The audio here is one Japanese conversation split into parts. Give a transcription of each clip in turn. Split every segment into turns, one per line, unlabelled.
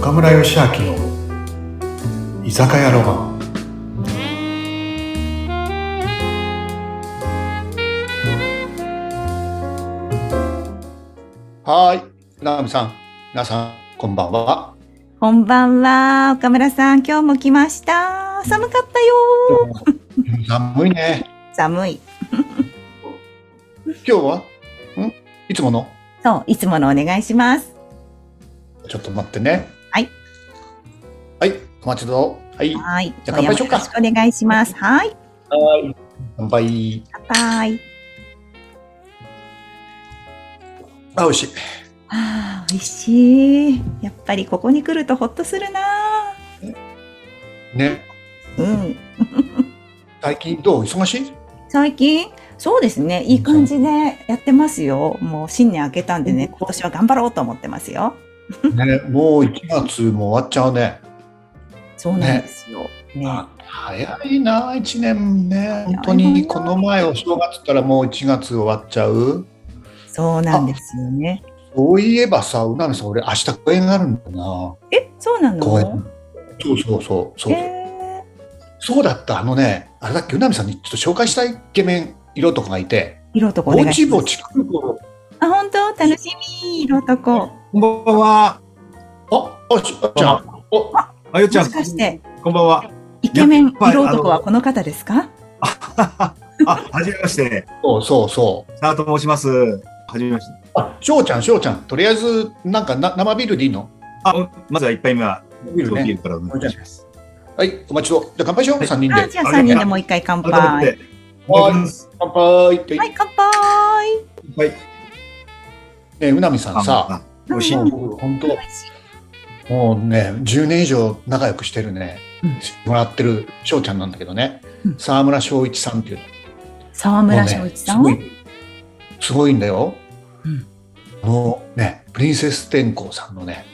岡村義明の居酒屋ロマンはーいナミさん皆さんこんばん は
こんばんは、岡村さん、今日も来ました。寒かったよ
寒いね
ー。寒い。
今日はんいつもの
そう、いつものお願いします。
ちょっと待ってね
はい
はいお待ちどうぞはい
はい、
じゃあ乾杯しようか
今夜もよろしくお願いします。はい、
乾杯
乾杯。
あ美味しい
ああ、美味しい。やっぱりここに来るとほっとするな
ね
ー。うん。
最近どう忙しい
最近、そうですね、いい感じでやってますよ。もう新年明けたんでね、今年は頑張ろうと思ってますよ。
ね、もう1月も終わっちゃうね。
そうなんですよ。ね。
あ早いな、1年ね。本当
早い
に
な
この前お正月ったらもう1月終わっちゃう。
そうなんですよね。
そういえばさ、うなみさん、俺明日公演があるんだな。
え、そうなの
公演。そうそうそうそう、
えー、
そうだった、あのね、あれだっけ、うなみさんにちょっと紹介したいイケメン色とかがいて、
色とこお願
ぼ
い
ち
しま
ぼ
す。
ち来る頃。
あ、本当楽しみ、色とこ。
こんばんは。
あ、あしあちゃん。お
あゆち
も
ゃ
し
ん、
かして、
こんばんは。
イケメン
ぱり
色男はこの方ですか
あ、はじめまして。
そうそうそう。
さあと申します。はじめまして。
あ、しょうちゃん、しょうちゃん。とりあえず、なんかな生ビールでいいの
あ、おまずは一杯目は、
ビール
ビー
ね。
ルからお願いします。
はい、お待ちどう。じゃあ乾杯しよう、3人で
あ。じゃあ3人でもう一回乾杯。
改
は
め
い、
て、乾杯し
乾杯って、ね
乾杯。
ますはい。
え、うなみさんさ、
あ、美味しい
うん。
本当、もうね、10年以上仲良くしてるね、
うん
もらってる翔ちゃんなんだけどね
うん、
沢村翔一さんっていうの。も
沢
う
村
ね
翔一
す
さ
ご
ん。
い、すごいんだよ。
うん
もうね、プリンセス天功さんのね、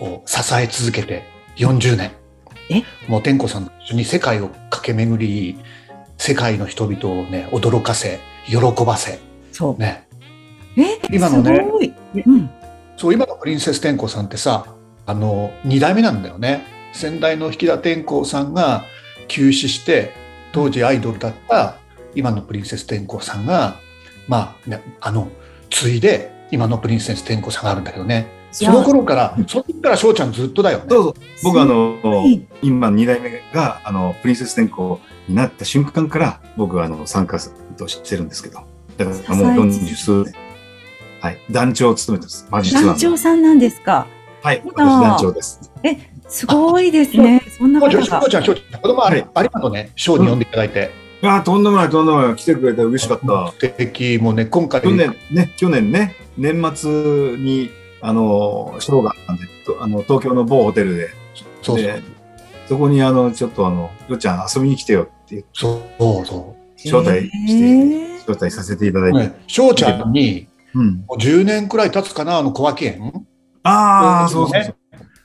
を支え続けて40年。
え
もう天功さんと一緒に世界を駆け巡り、世界の人々をね、驚かせ、喜ばせ、
そう。
ね、
え、
今のね
すごい。うん。
そう今のプリンセス天功さんってさあの2代目なんだよね先代の引田天功さんが急死して当時アイドルだった今のプリンセス天功さんがまあ、ね、あの継いで今のプリンセス天功さんがあるんだけどねその頃からその時から翔ちゃんずっとだよね
どうぞ。僕、あの
すごい、
今、二代目が、あの、プリンセス天候になった瞬間から、僕は、あの、参加としてるんですけど。だから、もう四十数年。はい。団長を務めてます。マジツアーの
団長さんなんですか。
はい。
や
私
だ
団長です。
すごいですね。そんな
翔
こ
ちゃ
と
ん翔。
が
ちゃん翔ちゃん子供あり,、
は
ありがとうね翔に呼んでいただいて、
あー、とんでもない、とんでもない。来てくれて嬉しかった。
素敵もうね今回
去年ね、去年ね、年末に、あの、ショーがあったんで、とあの東京の某ホテルで、
そうそう
でそこに、あの、ちょっと、あの、よっちゃん遊びに来てよって
そうそ
招待し
え
て、
ー
招待させていただ
う
いて。
ね翔ちゃんに
うん。
もう10年くらい経つかなあの小脇園
ああ、そうそうそ
ね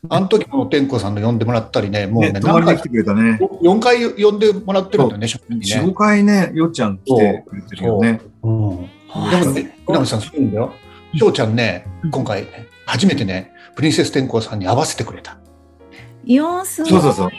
あの時も天子さんの呼んでもらったりね、も
う。
う
ね、
ね、
泊ま
何
り
回
に来てくれたね。
4回呼んでもらってるんだよね、初期に
4、
ね
5。回ね、よっちゃん来てくれてるよね。
うん、でもね、船口さん、すごいんだよ。翔ちゃんね
うん、
今回、ね、初めてね、プリンセス天子さんに合わせてくれた。
いや、すごい。
そうそうそう
そ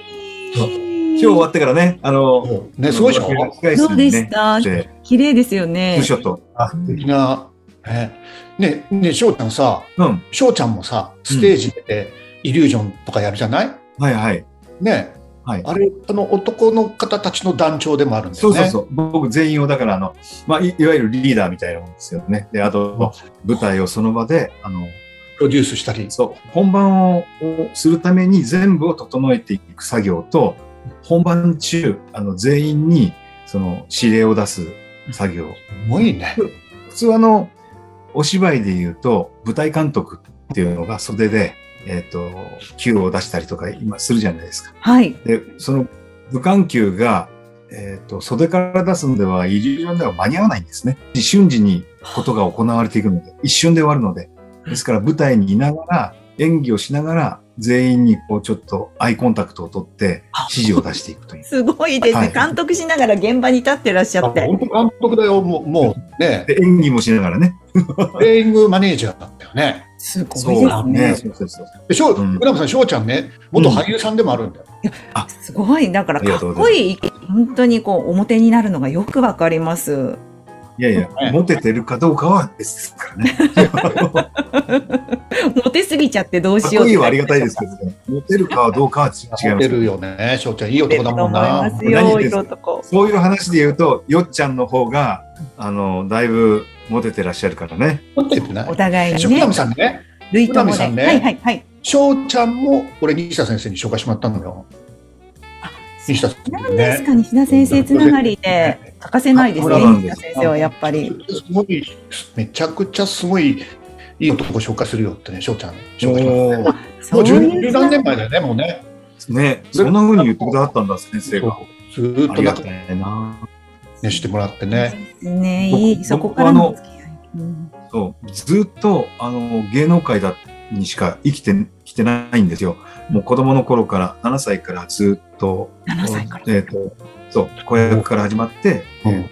う
今日終わってからね、あの、
ね、すごいでしょ
控
どう
室
で
に
し
ね、
た
来。て、
綺麗ですよ
ツ
ね
ー。ショット。
素敵な。ね、ね、ね、翔ちゃんさ、
うん。
翔ちゃんもさ、ステージ出て、イリュージョンとかやるじゃない
はいはい。
ね、
はい。
あれ、あの、男の方たちの団長でもあるんです
そ
よ
う
ね。
そうそう、僕全員をだからあの、まあ、いいわゆるリーダーみたいなもんですよね。で、あと、舞台をその場で、あの、
プロデュースしたり。
そう、本番をするために全部を整えていく作業と、本番中、あの、全員に、その、指令を出す作業。
すごいね。
普通あの、お芝居で言うと、舞台監督っていうのが袖で、えっ、と、球を出したりとか今するじゃないですか。
はい。
で、その武漢球が、えっ、と、袖から出すのでは、イリュージョンでは間に合わないんですね。瞬時にことが行われていくので、一瞬で終わるので。ですから、舞台にいながら、演技をしながら、全員にこうちょっとアイコンタクトを取って
あ
指示を出していくという。
すごいですね、
はい
監督しながら現場に立ってらっしゃ
あ
って。
本当監督だよ、もう、もうね、
で演技もしながらね。
プレイングマネージャーだったよね。
すごいですね。
そうそうそう
で、しょう、
うん
福山さん、翔ちゃんね、元俳優さんでもあるんだよ。
すごい。だからかっこいい。本当にこう、表になるのがよくわかります。
いやいや、モテてるかどうかは別ですから ね。
モテすぎちゃってどう
かっ
しよう
こ
っ
い
て
いはありがたいですけど、モテるかどうかは違います
モテるよね、翔ちゃん、いい男だもん
思
な。
います
何言
よ、
ってんす
色
か
男。
そういう話で言うと、よっちゃんの方が、あの、だいぶモテてらっしゃるからね。
モテてない
お。互い
し福
にね
山、さんね、
類とも
福山さ
で。
んね
はいはいはい。
翔ちゃんも、俺、西田先生に紹介してもらったのよ。西田先
な
生
んです
ね。
か、西田先生つながりで欠かせないですね、
そうなん
西
で
田
す
先生はやっぱり。
すごい、めちゃくちゃすごい、いい男紹介するよってね、翔ちゃん、紹介してもらった
お
もう
そういう
十十何年前だよね、もうね。
ーね、そんな風に言ってくださったんだ、先生が。
ずー
あ
っと
りが
仲
たいな。
良くしてもらってね。
ね。ね、いい、
僕
そこからの
僕
付き合い。うん
そう、ずっと、あの、芸能界だにしか生きて、きてないんですよ。もう子供の頃から、7歳からずっと、
7歳から。
えっ、と、そう、子役から始まって、
うん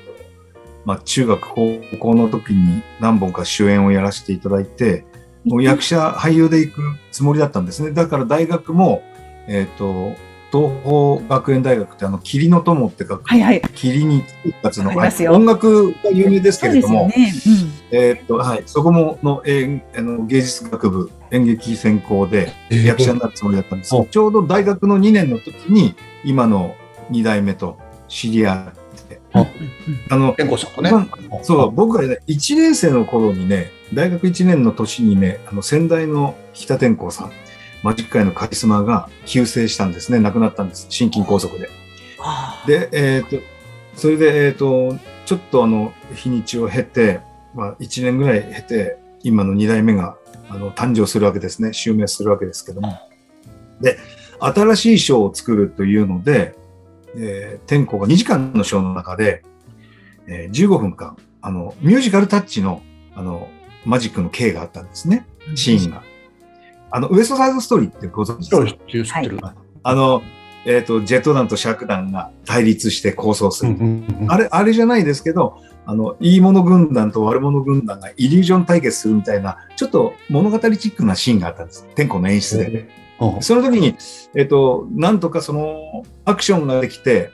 まあ、中学、高校の時に何本か主演をやらせていただいて、もう役者、俳優で行くつもりだったんですね。だから大学も、えっ、と、東邦学園大学ってあの、霧の友って書く、
はいはい。
霧に二つの、
わかりますよ
音楽が有名ですけ
そう
れ
で
ど
すよ
も、
ね。
えっ、と、はい、そこもの、えーあの芸術学部演劇専攻で役者になるつもりだったんです、
うん
ちょうど大学の2年の時に、今の2代目と知り合って、
うん。
あ
うん
あの、
健吾さんとね
ま。そう、僕がね、1年生の頃にね、大学1年の年にね、あの先代の北天功さん、マジック界のカリスマが急逝したんですね、亡くなったんです、心筋梗塞で。
あ
で、えっ、と、それで、えっ、と、ちょっとあの、日にちを経て、まあ、1年ぐらい経て、今の2代目が、あの、誕生するわけですね、襲名するわけですけども。で、新しいショーを作るというので、えー天候が2時間のショーの中で、えー15分間、あの、ミュージカルタッチの、あの、マジックの K があったんですね、
ー
シーンが。あの、ウエストサイドストーリーってご存
知
知ですか
ってる知ってる。
あの、えっ、と、ジェット弾と尺弾が対立して構想す
うん
る。
うんうん
あれ、あれじゃないですけど、あの、いいもの軍団と悪者軍団がイリュージョン対決するみたいな、ちょっと物語チックなシーンがあったんです。天候の演出で。
うん
その時に、えっ、と、なんとかその、アクションができて、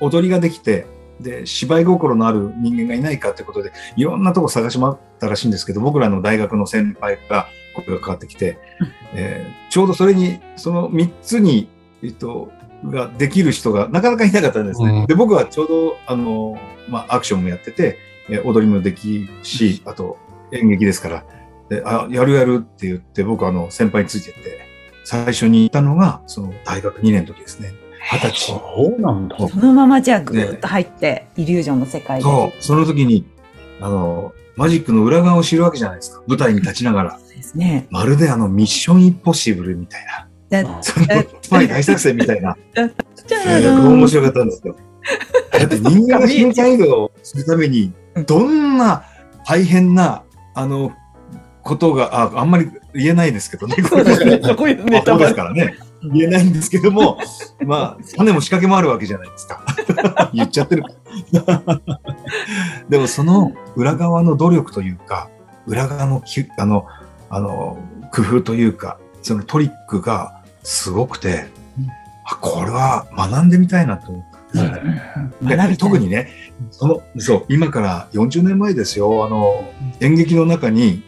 踊りができて、で、芝居心のある人間がいないかってことで、いろんなとこ探し回ったらしいんですけど、僕らの大学の先輩が声がかかってきて、えーちょうどそれに、その3つに、えっと、ができる人がなかなかいなかったんですね。
うん
で、僕はちょうど、あの、まあ、アクションもやってて、えー踊りもできるし、あと演劇ですから、であ、やるやるって言って、僕あの、先輩についてって、最初にいたのが、その大学2年の時ですね。二十歳。
そうなんだ。
そう
そのままじゃあぐーっと入って、イリュージョンの世界で。
そう、その時に、あの、マジックの裏側を知るわけじゃないですか。舞台に立ちながら。
そうですね。
まるであの、ミッションインポッシブルみたいな。
だ
その、つまり大作戦みたいな。
じゃ
すごい面白かった んですよ。だって人間が身体移動をするために、どんな大変な、あの、ことが、ああんまり言えないですけどね。
そうですね。そこに
まあ
ネ
そ
タ
うで
バ
す
レ。
からね。言えないんですけども、まあ、種も仕掛けもあるわけじゃないですか。 言っちゃってる。でも、その裏側の努力というか、裏側のきあの、あの、工夫というか、そのトリックがすごくて、あこれは学んでみたいなと思った。
うんうんうん
で
学びたい
特にねそのそう今から40年前ですよあの演劇の中に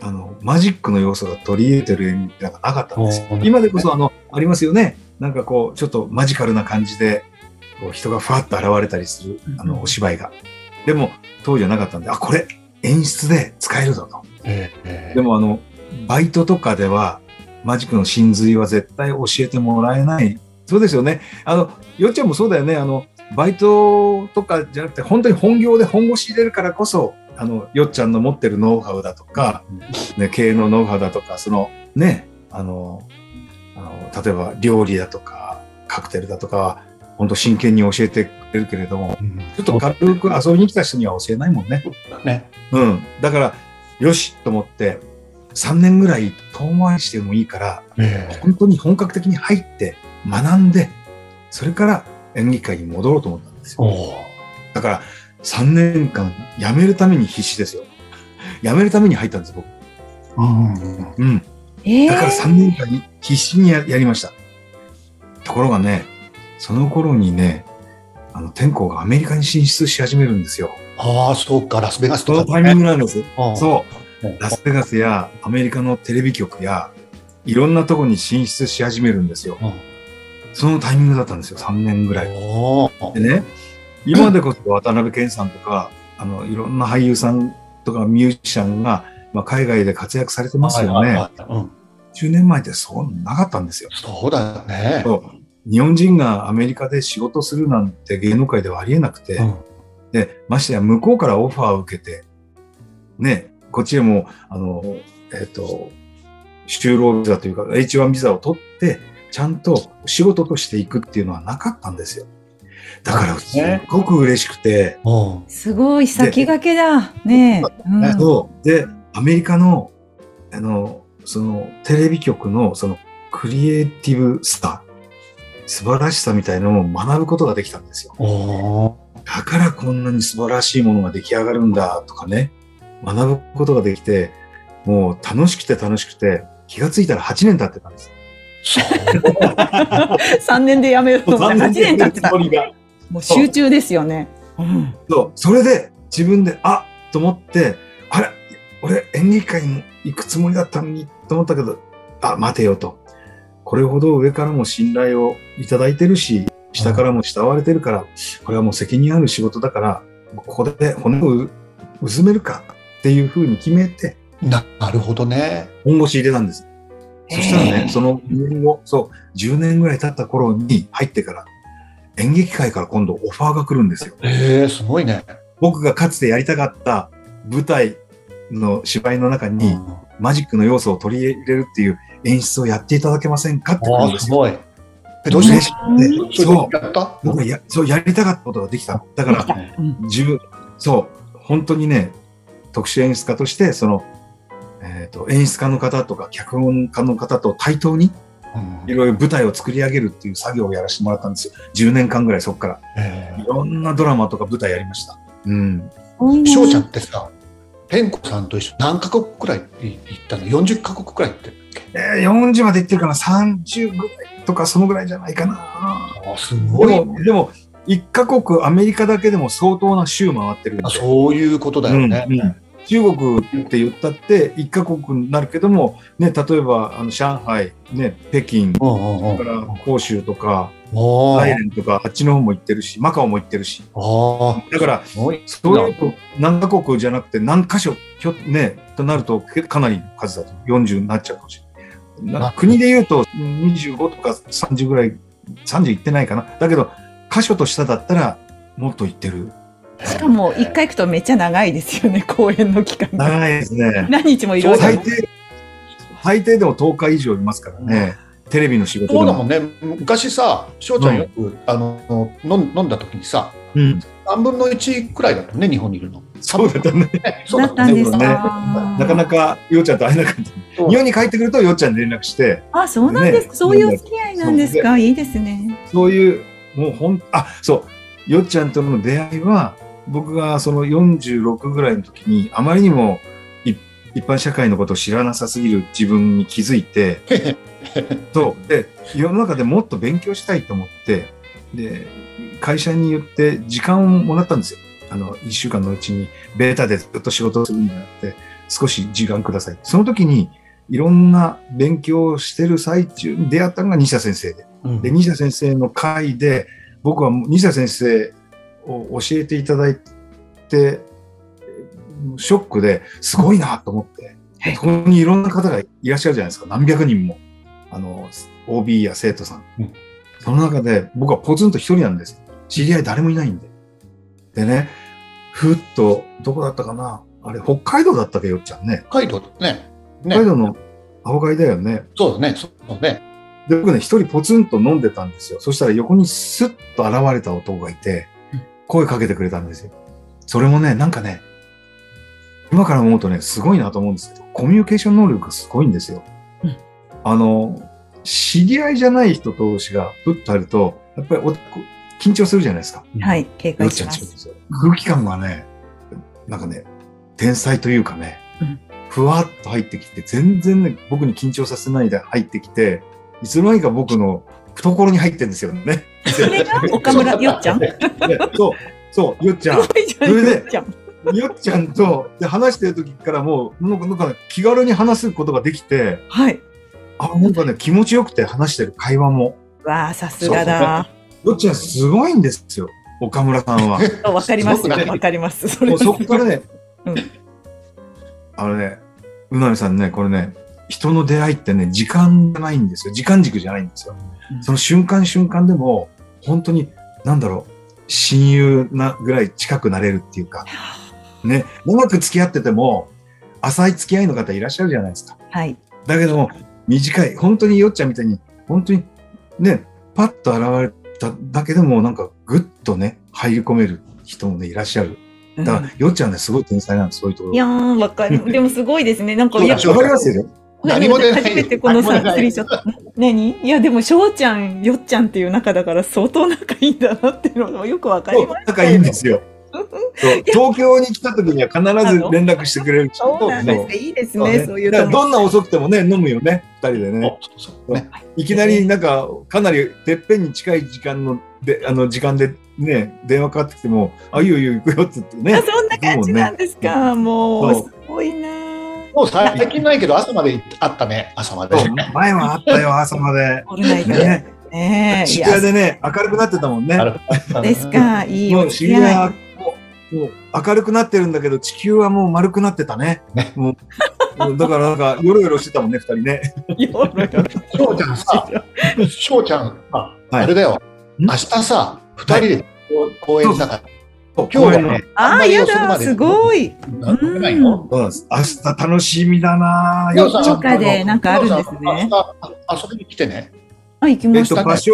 あのマジックの要素が取り入れてる演劇なんかなかったんですよ
おー
今でこそあのありますよねなんかこうちょっとマジカルな感じでこう人がふわっと現れたりするあ
うん
のお芝居がでも当時はなかったんであこれ演出で使えるぞと
ええ
でもあのバイトとかではマジックの真髄は絶対教えてもらえないそうですよねあのよっちゃんもそうだよねあのバイトとかじゃなくて本当に本業で本腰入れるからこそあのよっちゃんの持ってるノウハウだとか、ね、経営のノウハウだとかそのねあのあの例えば料理だとかカクテルだとかは本当真剣に教えてくれるけれども
うん
ちょっと軽く遊びに来た人には教えないもんね。
そうだね。
うん。だから、よしと思って、 3年ぐらい遠回りしてもいいから、
ええ
本当に本格的に入って学んで、それから演劇界に戻ろうと思ったんですよ。
おお。
だから3年間辞めるために必死ですよ。辞めるために入ったんです僕。
うんうんうん。
うん。
え
だから3年間に必死にややりました。ところがね、その頃にね、あの天候がアメリカに進出し始めるんですよ。
ああ、そうか、ラスベガス
そ
と
の
か
タイミ
ね。
ングなんです。
う
そ
うん
う。ラスベガスやアメリカのテレビ局や、いろんなとこに進出し始めるんですよ。
うん。
そのタイミングだったんですよ、3年ぐらい。
おお。
でね、今でこそ渡辺謙さんとか、あの、いろんな俳優さんとかミュージシャンが、まあ、海外で活躍されてますよ
はいはい
ね。
はいうん。
10年前ってそうなかったんですよ。
そうだね。
そう日本人がアメリカで仕事するなんて芸能界ではありえなくて、
うん
で、ましてや向こうからオファーを受けて、ね、こっちでも、あの、えっ、と、就労ビザというか、H1 ビザを取って、ちゃんと仕事としていくっていうのはなかったんですよ。だから、すっごく嬉しくて、
うん。
すごい先駆けだ。ねえ。うん
そう。で、アメリカの、あの、その、テレビ局の、その、クリエイティブスター、素晴らしさみたいなのを学ぶことができたんですよ。
おお。
だからこんなに素晴らしいものが出来上がるんだとかね、学ぶことができて、もう楽しくて楽しくて、気がついたら8年経ってたんです。
そう。
3年で辞めると思って8年経ってた。
そ
もう集中ですよね。うん
う、それで自分で、あっと思って、あれ、俺演劇界に行くつもりだったのにと思ったけど、あ、待てよと。これほど上からも信頼をいただいてるし、下からも慕われてるから、これはもう責任ある仕事だから、ここで骨をううずめるかっていうふうに決めて、
なるほどね。
本腰入れたんです。そしたら
へえ
ね、その2年後、そう、10年ぐらい経った頃に入ってから、演劇界から今度オファーが来るんですよ。
ええ、すごいね。
僕がかつてやりたかった舞台の芝居の中
う
に
ん
マジックの要素を取り入れるっていう演出をやっていただけませんかって来るん
あ
で
あ、す
すよ。
ごい。え、どうして
嬉しくてそう
そ、れやった
僕はや、そうやりたかったことができたの。だから、
うん
自分、そう、本当にね、特殊演出家として、その、えっ、と、演出家の方とか脚本家の方と対等に
うん
いろいろ舞台を作り上げるっていう作業をやらせてもらったんですよ。10年間ぐらいそこから。
ええ
いろんなドラマとか舞台やりました。うん。
翔ちゃんってさ、天子さんと一緒に何カ国くらい行ったの ?40 カ国くらい行ってるっけ
えー、40まで行ってるから30ぐらいとかそのぐらいじゃないかな。
ああ、す
で
ごいね。
も、でも、1カ国アメリカだけでも相当な州回ってるんで。
あそういうことだよね。
うんうん中国って言ったって1カ国になるけども、ね、例えばあの上海、ね、北京、
うんうんうん
それから広州とか、
お
大
ー
連とか、あっちの方も行ってるし、マカオも行ってるし。
あ
だから、
あ、すごい。
そういうと何カ国じゃなくて何箇所ひょ、ね、となるとけかなりの数だと40になっちゃうかもしれない。
あ
な国で言うと25とか30ぐらい30いってないかなだけど箇所と下だったらもっといってる
しかも一回行くとめっちゃ長いですよね、公演の期間が。
長いですね
何日もいろいろ。
最低最低でも10日以上いますからね、テレビの仕事で
そ
も
うだもんね。昔さ、翔ちゃんよく、あの飲ん飲んだ時にさ、
うん
3分の1くらいだったもんね、日本にいるの。
そうだったね
ねそう
だ
だ
っ
ったも
たん
んね。
ですか。
なかなかようちゃんと会えなかった
そう
日本に帰ってくるとようちゃんに連絡して
あ、そうなんですか。そういうお
ね
付き合いなんですか。いいですね。
そういう、もうほん、あ、そう、よっちゃんとの出会いは、僕がその46ぐらいの時に、あまりにもい一般社会のことを知らなさすぎる自分に気づいて、そう、で、世の中でもっと勉強したいと思って、で、会社によって時間をもらったんですよ。あの、1週間のうちに、ベータでずっと仕事をするんじゃなくて、少し時間ください。その時に、いろんな勉強をしてる最中に出会ったのが西田先生で。
うん
で西田先生の会で僕はもう西田先生を教えていただいてショックですごいなと思って
はい
そこにいろんな方がいらっしゃるじゃないですか何百人もあの OB や生徒さん、
うん
その中で僕はポツンと一人なんです知り合い誰もいないんででねふっとどこだったかなあれ北海道だったっけよっちゃんね
北海道だね。ね
北海道のアホ会だよね
そうだね。そうだね。
で、僕ね、一人ポツンと飲んでたんですよ。そしたら横にスッと現れた男がいて
うん、
声かけてくれたんですよ。それもね、なんかね、今から思うとね、すごいなと思うんですけど、コミュニケーション能力がすごいんですよ。
うん
あの、知り合いじゃない人同士がぶっとあると、やっぱりお緊張するじゃないですか。
はい、警
な
戒
っち
し
ゃうん
ま
ですよ
す。
空気感がね、なんかね、天才というかね、
うん
ふわっと入ってきて、全然ね、僕に緊張させないで入ってきて、いつの間にか僕の懐に入ってんですよね。
それが岡村よっちゃん。
でそう、そう、よっちゃん。
そ
れで
よっちゃん。
よっちゃんとで話してる時からもうなんかなんか気軽に話すことができて
はい。
あなんかね気持ちよくて話してる会話も
わあ、さすがだ。
よっちゃんすごいんですよ岡村さんは
そうわかります
そう
よ
だ。ね
わかります。それ
もうそこからね、
うん
あのねうなみさんねこれね人の出会いってね時間じゃないんですよ時間軸じゃないんですよ、
うん
その瞬間瞬間でも本当になんだろう親友なぐらい近くなれるっていうかね、長く付き合ってても、浅い付き合いの方いらっしゃるじゃないですか。
はい。
だけども、短い、本当によっちゃんみたいに、本当にね、パッと現れただけでも、なんかぐっとね、入り込める人もね、いらっしゃる。
うん
だから、よっちゃんね、すごい天才なんです、そういうところ。
いやー、わかる。でもすごいですね。なんか、
そう
い
だ
や
し、
わかりますよ。
何も出ない
初めてこのさ
何も出な、い
スリーショット。何いや、でも、翔ちゃん、よっちゃんっていう仲だから、相当仲いいんだなっていうのもよくわか
そ
り
う
ます。
仲いいんですよ。そう東京に来た時には必ず連絡してくれるし
そうなん
そ
で
う
すね。いいですね、そういう
だから
友
どんな遅くてもね、飲むよね、二人でね。
そうね
いきなりなんかかなりてっぺんに近い時間のであの時間でね電話かかってきても「あいいよいいよ行くよ」っつってね
あ そんな感じなんですか。もう、
そう
すごいなー。
もう最近ないけど朝まであったね朝まで
そう前はあったよ朝まで
オールナイト
ね
ねえ。い
渋
や
谷、でね明るくなってたもんね
なるほど
ですか。いい
も
お
う
付き合
渋谷
い
はもうもう明るくなってるんだけど地球はもう丸くなってたね
ね
もうもうだからなんかヨロヨロしてたもんね二人ね
よろよろ
翔ちゃんさ翔ちゃんあ
はい
あれだよ
ん
明日さ二人で公園だから
今
今日はね
あ
あん
あ、
まり
や
遅くま
だ、
です
ごい。
なん飲めないの
そうなんです明日楽しみだな
よ
よ
うさん
っちゃんと
中で
の
なんかあるんです
明
ね。
日あ遊びに来てね
あ、行き
え
ま
っ
し
と
た。
場所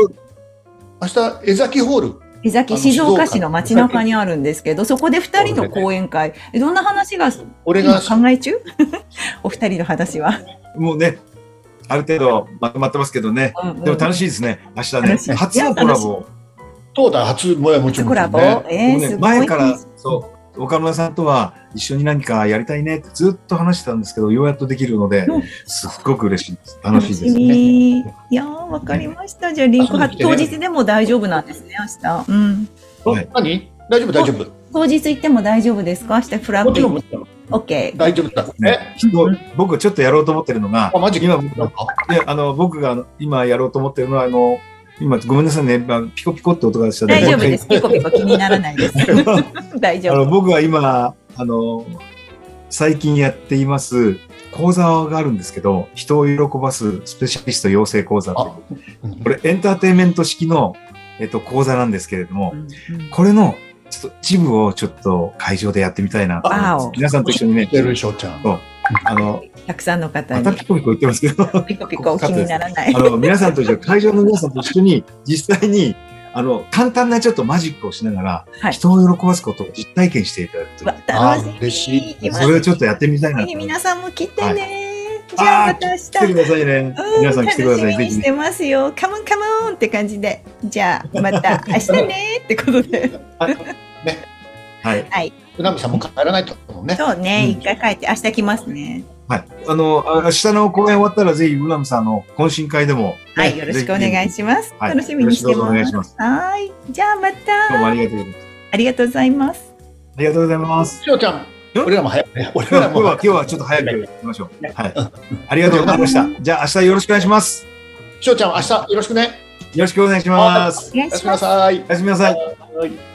明日江崎ホール
江崎、
あの
静岡市
静岡
の街中にあるんですけど、そこで二人の講演会。えどんな話が
俺
今
が
考え中 お二人の話は。
もうねある程度まとまってますけどねでも楽しいですね、明日
楽しい
ね、初のコラボ、
東大初もやもち
い。
ろん
コラボ
ね
え
もう
ー、
ね
すごい。
前からそう岡村さんとは一緒に何かやりたいねってずっと話してたんですけど、ようやっとできるので
うん、
すっごく嬉しいです、楽しいです。
楽みいやー、わかりました。じゃあ、リンク貼って、当日でも大丈夫なんですね、明日。うん。
はい
何大丈夫大丈夫
当日行っても大丈夫ですか明日フラ
も
ッ
ち
グ
ろんもちろん
OK。
大丈夫だね
ね、人僕ちょっとやろうと思ってるのが
あ、マジか
今僕がであの僕があの今やろうと思ってるのはあの今ごめんなさいね、まあピコピコって音がしたんで
大丈夫です。ピコピコ気にならない です。 大丈
あの
夫。
僕は今あの最近やっています講座があるんですけど人を喜ばすスペシャリスト養成講座っていう
あうん
これエンターテインメント式の、えっと、講座なんですけれども
うんうん
これのちょっと一部をちょっと会場でやってみたいなと思いま
わ
す
お
皆さんと一緒にね
知ってる翔ちゃん
あの
たくさんの方
ま
に
たピコピコ言ってますけど
ピコピコ気にならない
あ。の皆さんと一緒に会場の皆さんと一緒に実際にあの簡単なちょっとマジックをしながら、
はい
人を喜ばすことを実体験していただくという
わ楽しみ。
あ嬉しい
行きます
それをちょっとやってみたいな
ぜ
と
ひ
思います
皆さんも来て
は
ね。じゃあまた明日
来。てくださいね。
う
皆さん来てくださ
楽
い。
しみ
ぜ
に
ひ
し
ね。
てますよ。カモンカモンって感じで。じゃあ、また明日ねってこと で。
はい。
はい。
うなみさんも帰らないと思うね
そうね。
うん
一回帰って、明日来ますね。
はい。あの、あ明日の公演終わったら、ぜひ、うなみさんの懇親会でも、
はい。よろしくお願い
ます。
します。
はい
楽しみにして
よろしくお願
ま
い
す
します。
はい。じゃあ、ま
どう
た。
もありがとうございます。
ありがとうございます。
ありがとうございます。
翔ちゃん
うん
俺らも早くね俺
今日
ら
は、
も
今日は今日はちょっと早く行きましょう。はい。ありがとうございました。じゃあ、明日よろしくお願いします。
翔ちゃん明日よろしくね
よろしくお願いします。
お願い
おやす
し
み
ま
な
す。
さい
おやすみなさい。
はい